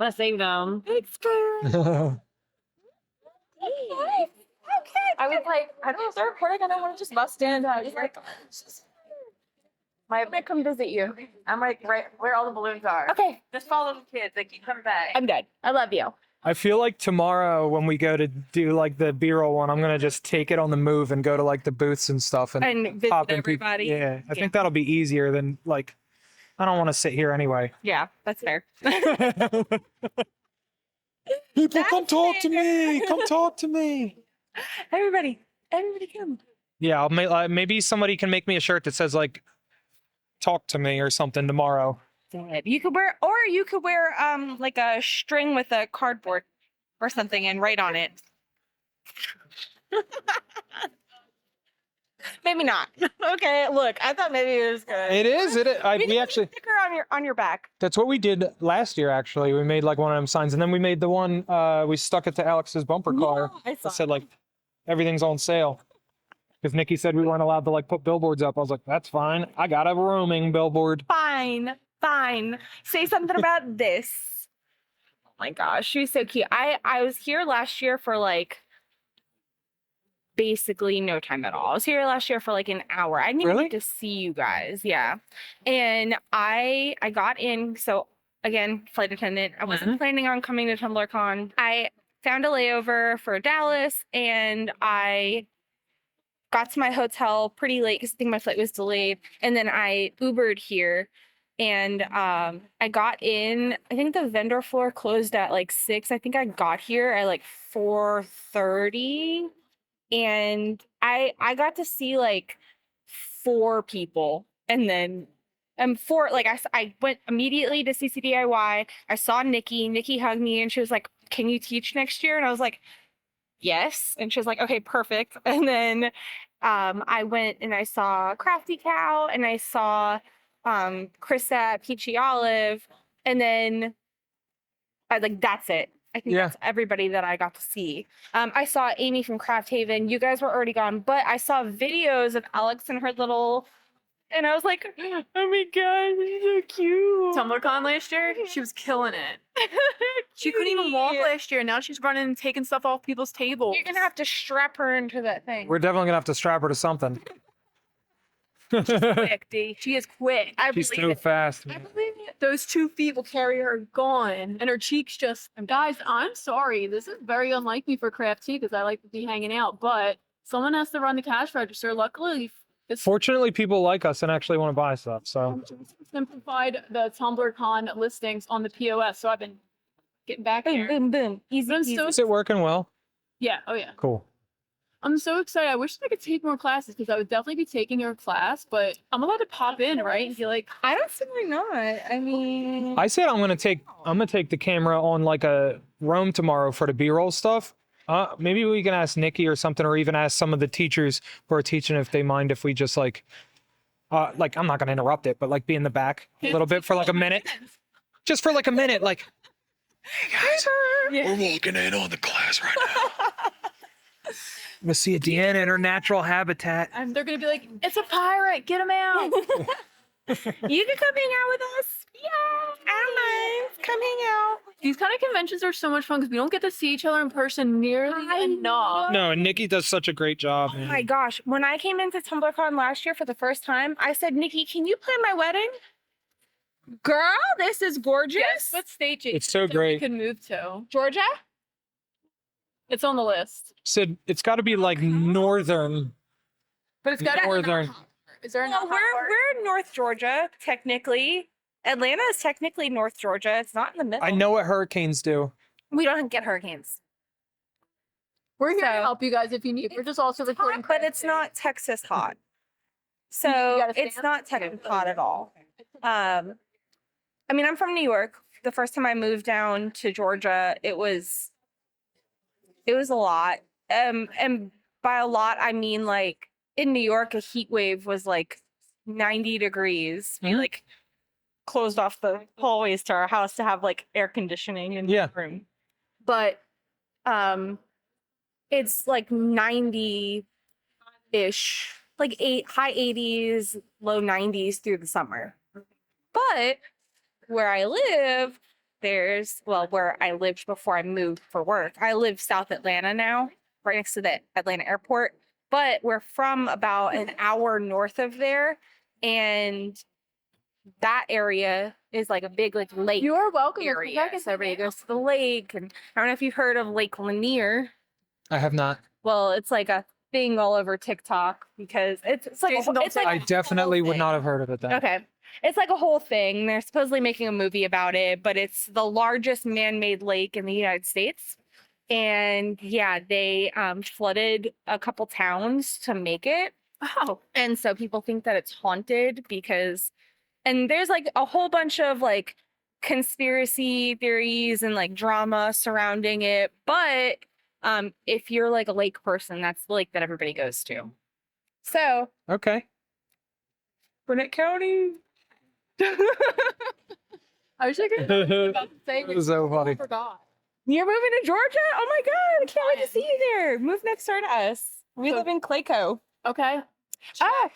Speaker 5: I saved them.
Speaker 4: It's good.
Speaker 2: That's
Speaker 4: Okay.
Speaker 7: I was like, I don't know if they're recording. I don't want to just bust in. I was like,
Speaker 6: I'm gonna come visit you. I'm like right where all the balloons are.
Speaker 4: Okay.
Speaker 6: Just follow the kids. They keep coming back.
Speaker 4: I'm good. I love you.
Speaker 2: I feel like tomorrow when we go to do like the B-roll one, I'm gonna just take it on the move and go to like the booths and stuff and,
Speaker 4: And visit
Speaker 2: pop in people.
Speaker 4: everybody.
Speaker 2: Yeah, I think that'll be easier than like I don't want to sit here anyway.
Speaker 4: Yeah, that's fair.
Speaker 2: people, come talk to me. Come talk to me.
Speaker 4: Everybody, everybody come.
Speaker 2: Yeah, I'll make, uh, maybe somebody can make me a shirt that says like "Talk to me" or something tomorrow.
Speaker 4: Dead. You could wear, or you could wear um like a string with a cardboard or something and write on it. maybe not. okay, look, I thought maybe it was good.
Speaker 2: It is. It. Is, I,
Speaker 4: You can
Speaker 2: we
Speaker 4: put a
Speaker 2: actually.
Speaker 4: sticker on your on your back.
Speaker 2: That's what we did last year. Actually, we made like one of them signs, and then we made the one uh, we stuck it to Alex's bumper car.
Speaker 4: I
Speaker 2: that said like everything's on sale. Because Nikki said we weren't allowed to like put billboards up. I was like, that's fine. I got a roaming billboard.
Speaker 4: fine, fine. Say something about this. Oh my gosh, she was so cute. I I was here last year for like basically no time at all. I was here last year for like an hour. I didn't even
Speaker 2: Really?
Speaker 4: get to see you guys. Yeah. And I I got in so again, flight attendant. I wasn't planning on coming to TumblrCon. I found a layover for Dallas and I got to my hotel pretty late because I think my flight was delayed. And then I Ubered here and um, I got in. I think the vendor floor closed at like six. I think I got here at like four thirty, and I I got to see like four people, and then um four like I s- I went immediately to CCDIY. I saw Nikki. Nikki hugged me, and she was like, "Can you teach next year?" And I was like, "Yes." And she was like, "Okay, perfect." And then um, I went and I saw Crafty Cow, and I saw um Krista, Peachy Olive, and then I like that's it. I think
Speaker 2: Yeah.
Speaker 4: that's everybody that I got to see. Um, I saw Amy from Craft Haven. You guys were already gone, but I saw videos of Alex and her little, and I was like, "Oh my god, she's so cute!"
Speaker 3: TumblrCon last year, she was killing it. She couldn't even walk
Speaker 4: Cutie.
Speaker 3: last year. and Now she's running and taking stuff off people's tables.
Speaker 4: You're gonna have to strap her into that thing.
Speaker 2: We're definitely gonna have to strap her to something.
Speaker 3: quick, D. She is quick.
Speaker 4: I
Speaker 2: She's
Speaker 4: believe
Speaker 2: so
Speaker 4: it.
Speaker 2: fast.
Speaker 3: I
Speaker 2: man.
Speaker 3: believe it. Those two feet will carry her gone, and her cheeks just. Guys, I'm sorry. This is very unlike me for craft tea because I like to be hanging out, but someone has to run the cash register. Luckily, it's
Speaker 2: Fortunately, people like us and actually want to buy stuff.
Speaker 3: Um,
Speaker 2: So
Speaker 3: simplified the TumblrCon listings on the POS, so I've been getting back
Speaker 4: Boom,
Speaker 3: there.
Speaker 4: boom, boom. Easy,
Speaker 3: But I'm
Speaker 4: easy.
Speaker 3: so
Speaker 2: is it working well?
Speaker 3: yeah, oh yeah.
Speaker 2: Cool.
Speaker 3: I'm so excited. I wish I could take more classes because I would definitely be taking your class, but I'm allowed to pop in, right? And be like,
Speaker 4: I don't see why not. I mean,
Speaker 2: I said I'm gonna take I'm gonna take the camera on like a roam tomorrow for the B-roll stuff. Uh, maybe we can ask Nikki or something, or even ask some of the teachers who are teaching if they mind if we just like, uh, like I'm not gonna interrupt it, but like be in the back a little bit for like a minute, just for like a minute, like. Hey guys,
Speaker 8: We're walking in on the class right now.
Speaker 2: I'm gonna see Deanna in her natural habitat.
Speaker 3: I'm, they're gonna be like, it's a pirate, get him out.
Speaker 4: you could come hang out with us. Yeah, I don't mind. Come hang out.
Speaker 3: These kind of conventions are so much fun because we don't get to see each other in person nearly
Speaker 4: I
Speaker 3: enough.
Speaker 2: No, and Nikki does such a great job.
Speaker 4: Oh
Speaker 2: man.
Speaker 4: my gosh, when I came into TumblrCon last year for the first time, I said, Nikki, can you plan my wedding? Girl, this is gorgeous.
Speaker 3: Yes, what stage
Speaker 2: It's so
Speaker 3: that
Speaker 2: great.
Speaker 3: We could move to.
Speaker 4: Georgia?
Speaker 3: It's on the list,
Speaker 2: Sid, it's got to be like northern.
Speaker 3: but it's got
Speaker 2: Northern.
Speaker 3: Is there
Speaker 4: Well,
Speaker 3: another?
Speaker 4: we're, we're in North Georgia, technically. Atlanta is technically North Georgia. It's not in the middle.
Speaker 2: I know what hurricanes do.
Speaker 4: We don't get hurricanes.
Speaker 3: we're here to
Speaker 4: so-
Speaker 3: help you guys if you need. We're just also
Speaker 4: It's hot,
Speaker 3: recording,
Speaker 4: but it's not Texas hot.
Speaker 3: you
Speaker 4: So
Speaker 3: gotta
Speaker 4: it's
Speaker 3: stand
Speaker 4: not Texas hot at all.
Speaker 3: uh,
Speaker 4: Um, I mean, I'm from New York. The first time I moved down to Georgia, it was it was a lot. Um, and by a lot, I mean like in New York, a heat wave was like 90 degrees. We
Speaker 2: Mhm.
Speaker 4: like closed off the hallways to our house to have like air conditioning in
Speaker 2: Yeah.
Speaker 4: the room. But um, it's like 90 ish, like eight high 80s, low 90s through the summer. But where I live, there's well, where I lived before I moved for work. I live South Atlanta now, right next to the Atlanta airport. But we're from about an hour north of there, and that area is like a big like lake
Speaker 3: You are welcome. You're
Speaker 4: area.
Speaker 3: back in
Speaker 4: So everybody goes to the lake, and I don't know if you've heard of Lake Lanier.
Speaker 2: I have not.
Speaker 4: Well, it's like a thing all over TikTok because it's it's like a
Speaker 3: Jason,
Speaker 4: whole-
Speaker 3: don't
Speaker 4: it's
Speaker 3: say
Speaker 4: like
Speaker 2: I
Speaker 4: a whole
Speaker 2: definitely would
Speaker 4: thing.
Speaker 2: not have heard of it then.
Speaker 4: Okay. It's like a whole thing. They're supposedly making a movie about it, but it's the largest man made lake in the United States. And yeah, they um, flooded a couple towns to make it.
Speaker 3: Oh,
Speaker 4: And so people think that it's haunted because, and there's like a whole bunch of like conspiracy theories and like drama surrounding it. But um, if you're like a lake person, that's the lake that everybody goes to. So,
Speaker 2: Okay.
Speaker 4: Burnett County.
Speaker 3: I wish I could.
Speaker 2: it
Speaker 3: about the thing.
Speaker 2: was so
Speaker 3: I
Speaker 2: funny.
Speaker 3: forgot.
Speaker 4: You're moving to Georgia? Oh my God. I can't wait to see you there. Move next door to us. We
Speaker 3: So- Ah.
Speaker 4: live in Clayco.
Speaker 3: Okay.
Speaker 4: Ah,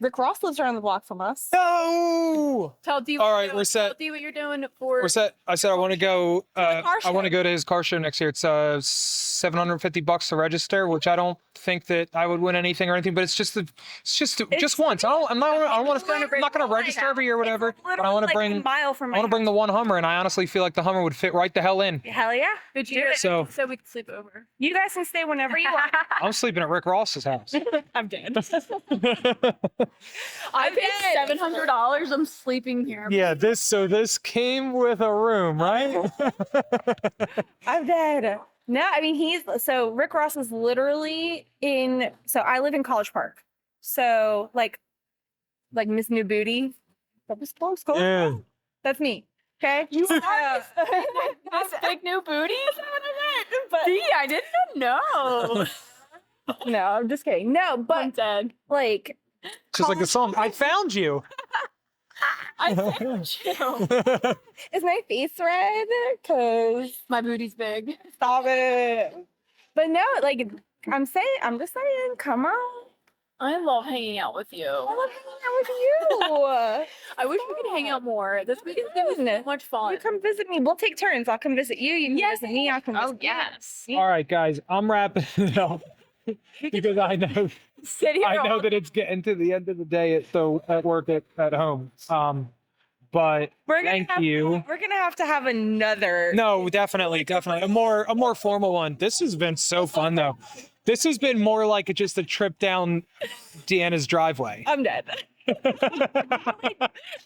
Speaker 9: Rick Ross lives around the block from us.
Speaker 2: No.
Speaker 3: Tell D.
Speaker 2: All
Speaker 3: what
Speaker 2: right, we're
Speaker 3: you're doing. Tell
Speaker 2: set.
Speaker 3: D what you're doing for.
Speaker 2: We're set. I said I want to go. Uh,
Speaker 9: car
Speaker 2: I want to
Speaker 9: show.
Speaker 2: go to his car show next year. It's uh, 750 bucks to register, which I don't think that I would win anything or anything. But it's just the, it's just just once. I don't. I'm not. I don't want to. I'm not going to register every year, or whatever. But I want to bring.
Speaker 4: mile from
Speaker 2: I want to bring the one Hummer, and I honestly feel like the Hummer would fit right the hell in.
Speaker 4: Hell yeah!
Speaker 3: Good year.
Speaker 2: So-
Speaker 3: so we can sleep over.
Speaker 4: You guys can stay whenever you want.
Speaker 2: I'm sleeping at Rick Ross's house.
Speaker 9: I'm dead.
Speaker 3: I paid
Speaker 9: dead.
Speaker 3: seven hundred dollars. I'm sleeping here.
Speaker 2: yeah. This. So this came with a room, right?
Speaker 9: I'm dead.
Speaker 4: No, I mean he's so Rick Ross is literally in. So I live in College Park. So like, like Miss New Booty. That was close. close.
Speaker 2: yeah.
Speaker 4: That's me. Okay. You are.
Speaker 10: This big new booty?
Speaker 4: but,
Speaker 10: I didn't know.
Speaker 4: no, I'm just kidding. No,
Speaker 3: I'm
Speaker 4: but
Speaker 3: dead.
Speaker 4: like
Speaker 2: Just like the song. I found you.
Speaker 3: I found you.
Speaker 4: Is my face red? Cause
Speaker 3: My booty's big.
Speaker 4: stop it. But no, like I'm saying, I'm just saying, come on.
Speaker 3: I love hanging out with
Speaker 4: I
Speaker 3: you.
Speaker 4: love hanging out with
Speaker 3: I wish we could hang out more. This weekend's gonna be so much
Speaker 4: you.
Speaker 3: fun.
Speaker 4: you come visit me. We'll take turns. I'll come visit you. You can visit me. I'll come.
Speaker 11: Oh
Speaker 4: visit
Speaker 11: yes.
Speaker 2: All right, guys. I'm wrapping it up because I know
Speaker 3: Sit here.
Speaker 2: I know that it's getting to the end of the day at the at work at, at home. Um, but
Speaker 4: We're gonna
Speaker 2: thank
Speaker 4: have,
Speaker 2: you.
Speaker 4: We're gonna have to have another.
Speaker 2: No, definitely, definitely a more a more formal one. This has been so fun though. This has been more like just a trip down Deanna's driveway.
Speaker 4: I'm dead.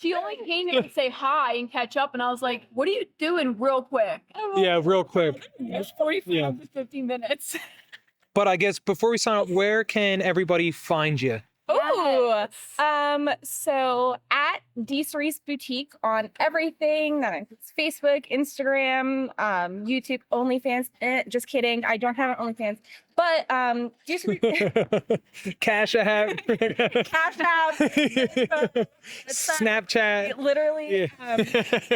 Speaker 3: She only came in to say hi and catch up, and I was like, "What are you doing, real quick?"
Speaker 2: Yeah, real quick.
Speaker 3: It's forty-five
Speaker 2: Yeah.
Speaker 3: to fifty minutes.
Speaker 2: But I guess before we sign up, where can everybody find you?
Speaker 4: Oh, um, so at D Cerise Boutique on everything that includes Facebook, Instagram, um, YouTube, OnlyFans. Eh, just kidding, I don't have an OnlyFans, but um, D Cerise
Speaker 2: Cash app,
Speaker 4: Cash App,
Speaker 2: Snapchat.
Speaker 4: literally. Um,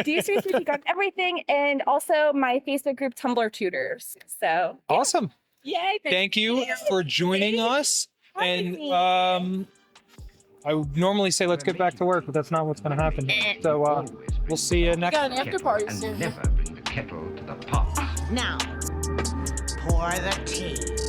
Speaker 4: D Cerise Boutique on everything, and also my Facebook group Tumblr Tutors. So
Speaker 2: Awesome.
Speaker 4: yay! thank
Speaker 2: Thank you for joining us.
Speaker 4: you for having
Speaker 2: And
Speaker 4: me.
Speaker 2: um, I would normally say let's get back to work, but that's not what's going to happen. So uh, we'll see you next.
Speaker 3: Got an after party soon.
Speaker 12: Now, pour the tea.